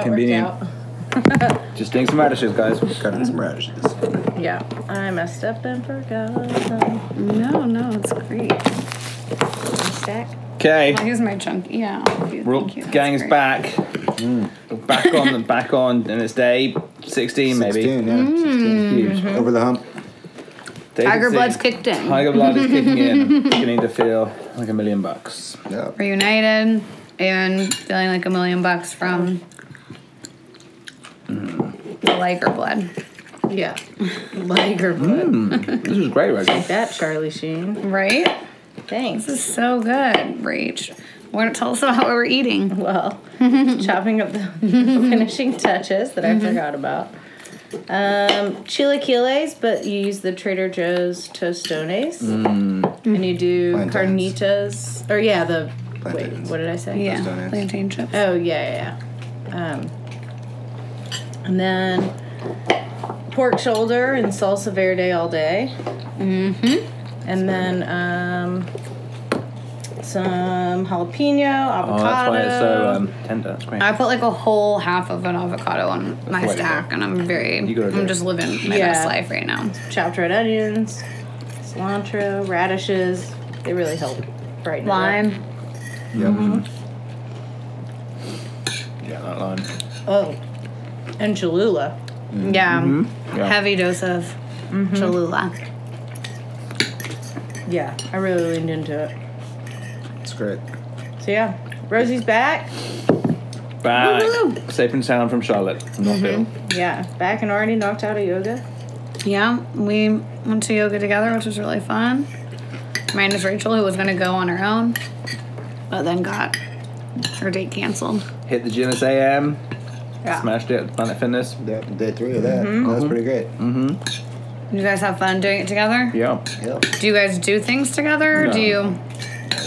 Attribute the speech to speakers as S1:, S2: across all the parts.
S1: That worked
S2: Convenient.
S1: out.
S2: Just doing some radishes, guys. We're cutting some radishes.
S1: Yeah, I messed up and forgot.
S3: No, no, it's great.
S1: Stack.
S2: Okay,
S3: Well, here's my chunk. Yeah.
S2: we're
S3: thank you, that's
S2: gang is
S3: great.
S2: back. We're back on the back on, and it's day sixteen, maybe.
S4: 16, yeah.
S1: Mm.
S2: Huge.
S4: Over the hump.
S2: Day
S3: Mm-hmm. Tiger
S2: 16.
S3: blood's kicked in.
S2: Tiger blood is kicking in. Beginning to feel like a million bucks.
S4: Yeah.
S3: We're united and feeling like a million bucks from the Liger blood.
S1: Yeah. Liger blood.
S2: Mm. This is great, Reggie.
S1: That Charlie Sheen.
S3: Right?
S1: Thanks.
S3: This is so good, Rach. What, tell us about what we're eating.
S1: Well, chopping up the finishing touches that I forgot about. Um, chilaquiles, but you use the Trader Joe's tostones, and you do
S4: Mm. Plantains.
S1: carnitas, or yeah, the wait,
S4: Plantains.
S1: what did I say?
S3: Yeah.
S4: Those donuts.
S3: Plantain chips.
S1: Oh yeah, yeah, yeah. Um, and then pork shoulder and salsa verde all day. Mm-hmm. And then um, some jalapeno,
S2: Oh,
S1: avocado.
S2: that's why it's so um, tender. That's great.
S3: I put like a whole half of an avocado on my
S2: quite a
S3: stack,
S2: bit.
S3: and I'm very,
S2: You gotta do
S3: I'm
S2: it.
S3: just living my
S1: Yeah.
S3: best life right now.
S2: um,
S1: chopped red onions, cilantro, radishes. They really help brighten it up.
S3: Lime.
S4: Yep.
S1: Mm-hmm.
S2: yeah, that line.
S1: Oh, and Cholula.
S3: Yeah.
S2: Mm-hmm. Yeah.
S3: Heavy dose of Mm-hmm. Cholula.
S1: Yeah, I really leaned into it.
S4: It's great.
S1: So yeah, Rosie's back.
S2: Back.
S3: Woohoo. Mm-hmm.
S2: Safe and sound from Charlotte, from Northville.
S1: Yeah, back and already knocked out of yoga.
S3: Yeah, we went to yoga together, which was really fun. Minus Rachel, who was going to go on her own, but then got her date canceled.
S2: Hit the gym at AM.
S1: Yeah.
S2: Smashed it at Planet Fitness.
S4: That, day three of that.
S1: Mm-hmm.
S4: That was pretty great.
S3: You guys have fun doing it together?
S2: Yeah.
S4: Yep.
S3: Do you guys do things together? Or do you?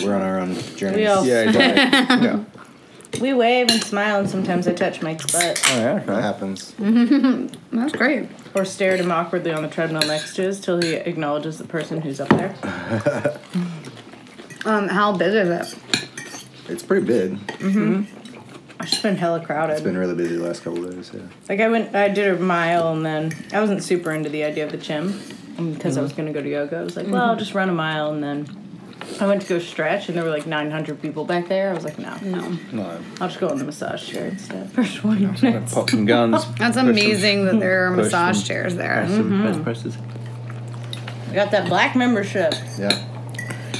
S4: We're on our own journey.
S1: We all-
S2: Yeah, exactly.
S4: yeah.
S1: We wave and smile, and sometimes I touch Mike's butt
S2: oh, yeah, okay.
S4: That happens.
S1: Mm-hmm.
S3: That's great.
S1: or stare at him awkwardly on the treadmill next to us till he acknowledges the person who's up there.
S3: Um, how big is it?
S4: It's pretty big.
S1: It's just been hella crowded.
S4: It's been really busy the last couple of days. Yeah.
S1: like I went, I did a mile, and then I wasn't super into the idea of the gym and because
S4: Mm-hmm.
S1: I was gonna go to yoga. I was like, well, I'll just run a mile, and then I went to go stretch, and there were like 900 people back there. I was like, no,
S3: No.
S2: No.
S1: I'll just go on the massage chair instead for 20 minutes.
S2: Pop some guns.
S3: That's amazing that there are
S2: Push
S3: massage
S2: them.
S3: chairs there.
S2: Press some- press presses.
S1: I got that black membership.
S4: yeah.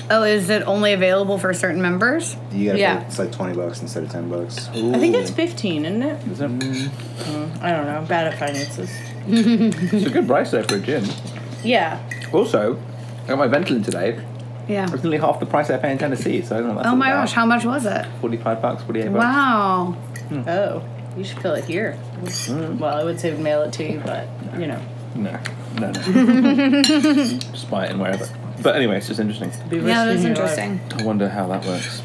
S3: Oh, is it only available for certain members?
S4: You gotta
S1: Yeah.
S4: pay, it's like 20 bucks instead of 10 bucks.
S1: I think it's 15, isn't it?
S2: Is that-
S1: I don't know. I'm bad at finances.
S2: It's a good price there for a gym.
S1: Yeah,
S2: Also, I got my Ventolin today.
S3: Yeah.
S2: It's nearly half the price I pay in Tennessee, so I don't know what that's
S3: Oh my
S2: all about.
S3: gosh, how much was it?
S2: 45 bucks, 48 bucks.
S3: Wow.
S1: Oh, you should fill it here. Well, I would say mail it to you, but you know,
S2: No, no, no. just buy it and wherever. But anyway, it's just interesting.
S1: be
S3: Yeah, that
S1: risking
S3: is
S1: your life.
S3: interesting.
S2: I wonder how that works.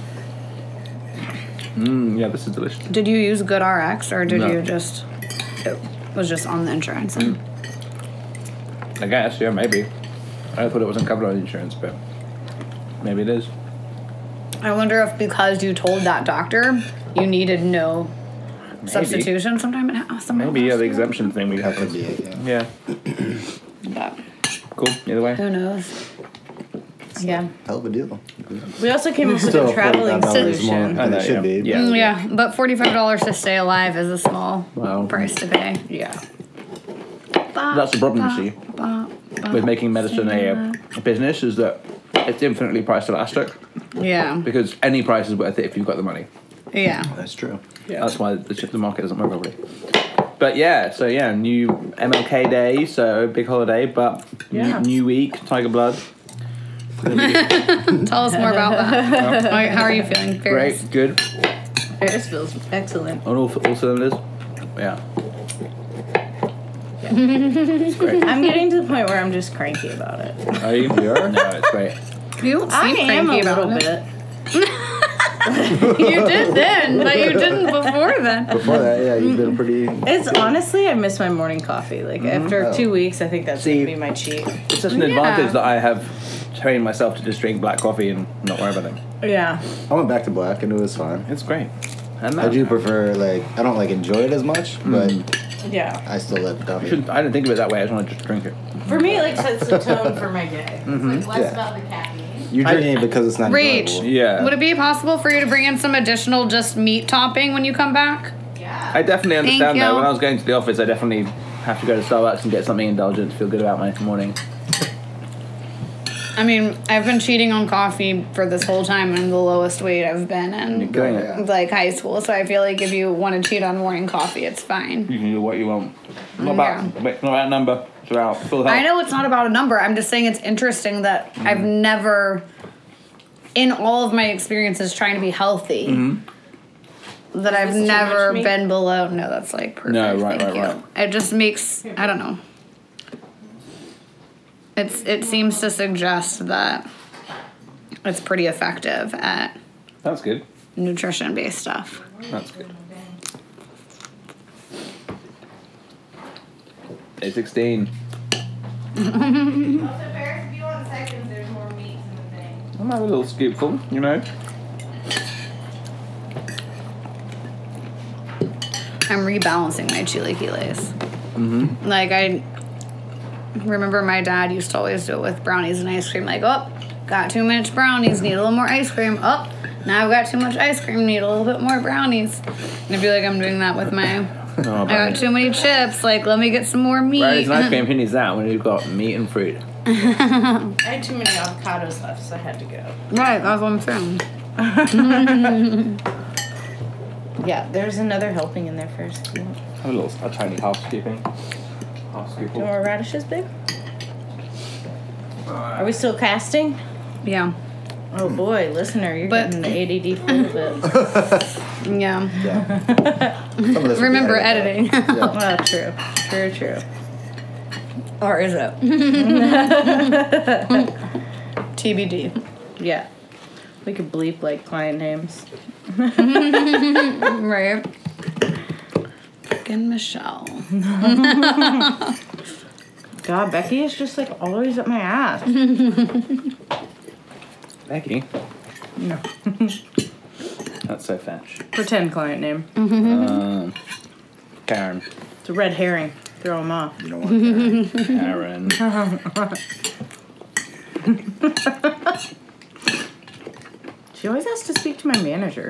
S2: Mmm, yeah, this is delicious.
S3: Did you use Good RX or did
S2: No.
S3: you just it was just on the insurance?
S2: Mm. I guess, yeah, maybe. I thought it wasn't covered on insurance, but maybe it is.
S3: I wonder if because you told that doctor you needed no substitution sometime in house.
S2: Maybe, yeah, the exemption thing we have.
S4: That would be it, yeah.
S2: Yeah,
S3: But
S2: cool. Either way.
S3: who knows?
S1: Yeah.
S4: Hell of a deal.
S1: We also came up with a traveling
S4: $45 more
S1: solution.
S2: I
S4: than
S2: know,
S4: it should
S2: yeah.
S4: be.
S2: Yeah.
S4: but-
S3: Mm, Yeah, but forty-five dollars to stay alive is a small
S2: Wow.
S3: price to pay.
S1: Yeah.
S2: That's the problem, you see, with making medicine a, a business is that it's infinitely price elastic
S3: Yeah,
S2: because any price is worth it if you've got the money.
S3: yeah.
S4: That's true.
S1: Yeah.
S2: That's why the, the market doesn't work properly. But yeah, so yeah, new MLK Day, so big holiday, but
S1: Yeah.
S2: new, new week, Tiger Blood.
S3: Tell us more about that. Like, How are you feeling? Fierce?
S2: Great, good,
S1: Ferris feels excellent.
S2: on all, all cylinders. Yeah. it's great.
S1: I'm getting to the point where I'm just cranky about it.
S2: Are you?
S4: You are?
S2: No, it's great.
S3: You don't seem
S1: I am a
S3: cranky about
S1: little
S3: it.
S1: bit.
S3: You did then, but you didn't before then.
S4: Before that, yeah, you've been pretty.
S1: It's honestly, I miss my morning coffee. Like after
S4: Oh.
S1: two weeks, I think that's
S2: See-
S1: gonna be my cheat.
S2: It's such an
S3: Yeah.
S2: advantage that I have trained myself to just drink black coffee and not worry about it.
S1: Yeah.
S4: I went back to black and it was fine.
S2: It's great. And
S4: I
S2: that,
S4: do prefer like I don't like enjoy it as much,
S2: Mm-hmm.
S4: but
S1: Yeah.
S4: I still love
S2: I
S4: coffee.
S2: shouldn't- I didn't think of it that way. I just want to just drink it.
S1: For me, it like sets the tone for my day.
S5: It's like
S4: Yeah.
S5: less about the caffeine.
S4: You're drinking it because it's not
S3: Reach.
S4: enjoyable.
S2: Yeah.
S3: Would it be possible for you to bring in some additional just meat topping when you come back?
S5: Yeah.
S2: I definitely
S3: Thank
S2: understand that.
S3: you.
S2: When I was going to the office, I definitely have to go to Starbucks and get something indulgent to feel good about my morning.
S3: I mean, I've been cheating on coffee for this whole time and the lowest weight I've been in.
S2: Doing it.
S4: yeah.
S3: Like high school, so I feel like if you want to cheat on morning coffee, it's fine.
S2: You can do what you want. Not about, not about number. It's about full health.
S3: I know it's not about a number. I'm just saying it's interesting that I've
S2: Mm-hmm.
S3: never, in all of my experiences trying to be healthy, that I've
S1: too much
S3: never
S1: meat?
S3: been below. No, that's like perfect.
S2: Mm-hmm. No, right,
S3: Thank
S2: right,
S3: you. It just makes I don't know. It's it seems to suggest that it's pretty effective at
S2: That's good.
S3: nutrition based stuff.
S2: That's good. Day 16.
S5: Also, Ferris, if you want seconds, there's more meats in the thing.
S2: I'm have a little scoopful, you know.
S3: I'm rebalancing my chilaquiles. Mm-hmm. Like I remember, my dad used to always do it with brownies and ice cream. Like, oh, got too much brownies, need a little more ice cream. Oh, now I've got too much ice cream, need a little bit more brownies. And I feel like I'm doing that with my.
S2: Oh,
S3: I got too many chips. Like, let me get some more meat.
S2: Right, it's an ice cream. Who needs that when you've got meat and fruit?
S1: I had too many avocados left, so I had to go.
S3: Right, that's what I'm saying.
S1: Yeah, there's another helping in there first. Do you want-
S2: Have a little, a tiny half scooping. Half
S1: do you
S2: scoopful.
S1: want radishes, babe? Are we still casting?
S3: Yeah,
S1: Oh boy, listener, you're
S3: But-
S1: getting the ADD full of it.
S3: yeah.
S4: Yeah. Some of this would be
S3: Remember
S4: edited
S3: editing.
S4: out. Yeah.
S1: Well, true. True, true.
S3: or is it? TBD.
S1: Yeah. We could bleep like client names.
S3: Right. Fucking Michelle.
S1: God, Becky is just like always up my
S3: Mm-hmm.
S1: ass.
S2: Becky. No. That's so fetch.
S1: Pretend client name.
S2: Um, Karen.
S1: It's a red herring. Throw them off.
S4: You don't want that.
S2: Karen.
S1: She always has to speak to my manager.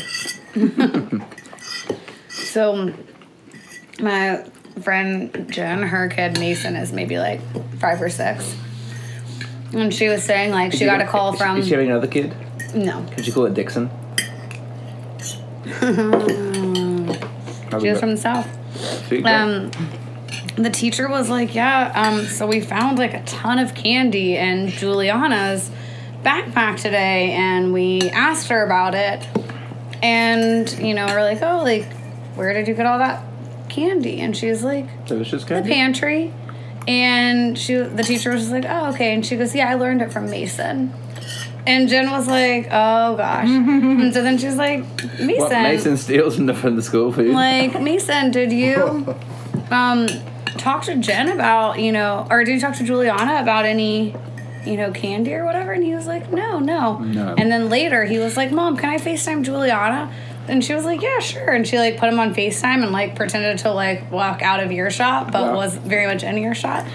S3: So, my friend Jen, her kid Mason is maybe like five or six. And she was saying, like, she got a call
S2: Is-
S3: from.
S2: Is she having another kid?
S3: No.
S2: Could you call it Dixon?
S3: She was from the South. Um, the teacher was like, "Yeah, um, so we found like a ton of candy in Juliana's backpack today, and we asked her about it, and you know, we're like, oh, like, where did you get all that candy?" And she's like,
S2: Delicious
S3: "The
S2: candy.
S3: pantry," and she, the teacher was just like, "Oh, okay," and she goes, "Yeah, I learned it from Mason." And Jen was like, "Oh gosh," and so then she's like, "Mason,
S2: What Mason steals from the, from the school food?
S3: like Mason, did you um talk to Jen about you know, or did you talk to Juliana about any you know candy or whatever? And he was like, no, no.
S2: No.
S3: And then later he was like, Mom, can I Facetime Juliana? And she was like, Yeah, sure. And she like put him on Facetime and like pretended to like walk out of earshot, but
S2: Wow.
S3: was very much in earshot.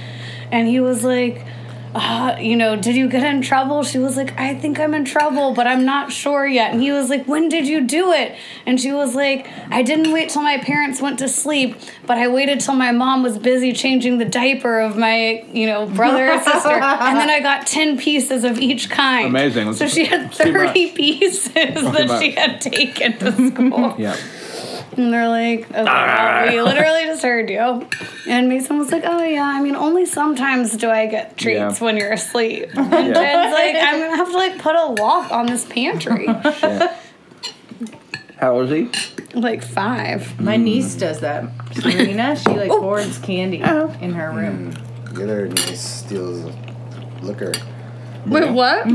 S3: And he was like. Uh, you know, did you get in trouble? She was like, I think I'm in trouble, but I'm not sure yet. And he was like, When did you do it? And she was like, I didn't wait till my parents went to sleep, but I waited till my mom was busy changing the diaper of my, you know, brother or sister. And then I got 10 pieces of each kind.
S2: Amazing.
S3: So she had
S2: It's too much.
S3: 30 pieces that
S2: much.
S3: she had taken to school.
S2: yeah.
S3: And they're like, okay, well, we literally just heard you. And Mason was like, oh yeah, I mean, only sometimes do I get treats
S2: Yeah.
S3: when you're asleep. And
S2: yeah.
S3: Jen's like, I'm gonna have to like put a lock on this pantry.
S2: yeah. How old is he?
S3: like five.
S1: My niece does that. Serena, she like
S3: Oh.
S1: hoards candy in her room.
S4: The other niece steals liquor.
S3: Wait, what?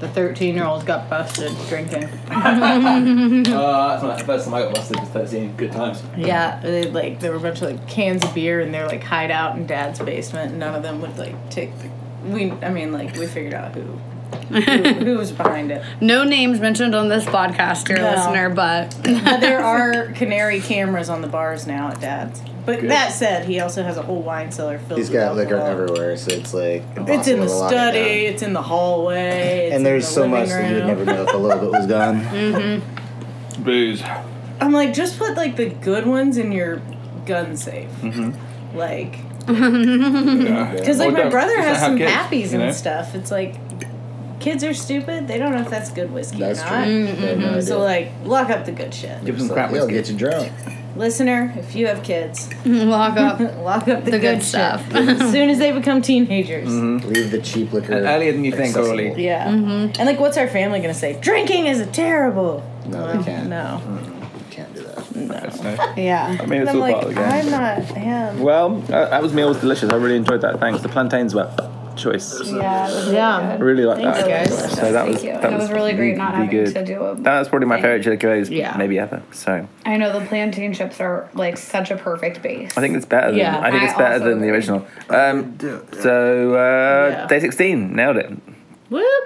S1: The 13 year old got busted drinking.
S2: Uh, that's not the first time I got busted. It's 13. Good times.
S1: Yeah, they like there were a bunch of like cans of beer in their like hideout in dad's basement, and none of them would like take. The, we, I mean, like we figured out who who, who was behind it.
S3: No names mentioned on this podcast, dear
S1: No.
S3: listener, but
S1: But there are canary cameras on the bars now at Dad's. But
S6: Good.
S1: that said, he also has a whole wine cellar filled.
S4: He's
S1: with
S4: got liquor
S1: alcohol.
S4: everywhere, so it's like
S1: It's in
S4: impossible
S1: the
S4: to lock it down.
S1: study. It's in the hallway. It's
S4: And there's
S1: in the
S4: so
S1: living
S4: much that you would
S1: room. Mm,
S4: never know if a little bit was gone.
S6: Booze.
S1: I'm like, just put like the good ones in your gun safe.
S4: Mm-hmm.
S1: Like, because like my brother has some happies and stuff. It's like, kids are stupid. They don't know if that's good whiskey
S4: That's
S1: or
S4: true.
S1: not.
S4: They have no idea.
S1: mm, So like, lock up the good shit.
S6: Give them
S4: So
S6: crap
S4: It'll
S6: whiskey.
S4: get you drunk.
S1: Listener, if you have kids,
S3: log up the
S1: lock up the,
S3: good,
S1: good, shit.
S3: stuff.
S1: as soon as they become teenagers.
S4: Leave the cheap liquor.
S6: And earlier than you think,
S4: accessible.
S6: Orly.
S1: Yeah. And like, what's our family gonna say? Drinking is terrible.
S4: No,
S1: Well,
S4: they can't.
S1: No.
S4: Can't do that.
S6: That's nice.
S3: Yeah.
S6: I mean,
S1: And
S6: it's
S1: I'm
S6: all
S1: like,
S6: part of the game.
S1: I'm not. Yeah.
S2: Well, uh, that was meal was delicious. I really enjoyed that. Thanks. The plantains were choice.
S7: Yeah.
S2: I really like that.
S7: guys.
S2: So that was that
S3: It was really great not
S2: really
S3: having
S2: good.
S3: to do a
S2: That was probably my favorite chili clothes
S7: Yeah.
S2: maybe ever. So
S3: I know the plantain chips are like such a perfect base.
S2: I think it's better than
S7: Yeah,
S2: I think
S3: I
S2: it's better
S3: also
S2: than the
S3: agree.
S2: original. Um, so uh,
S7: Yeah.
S2: day sixteen nailed it.
S7: Whoop.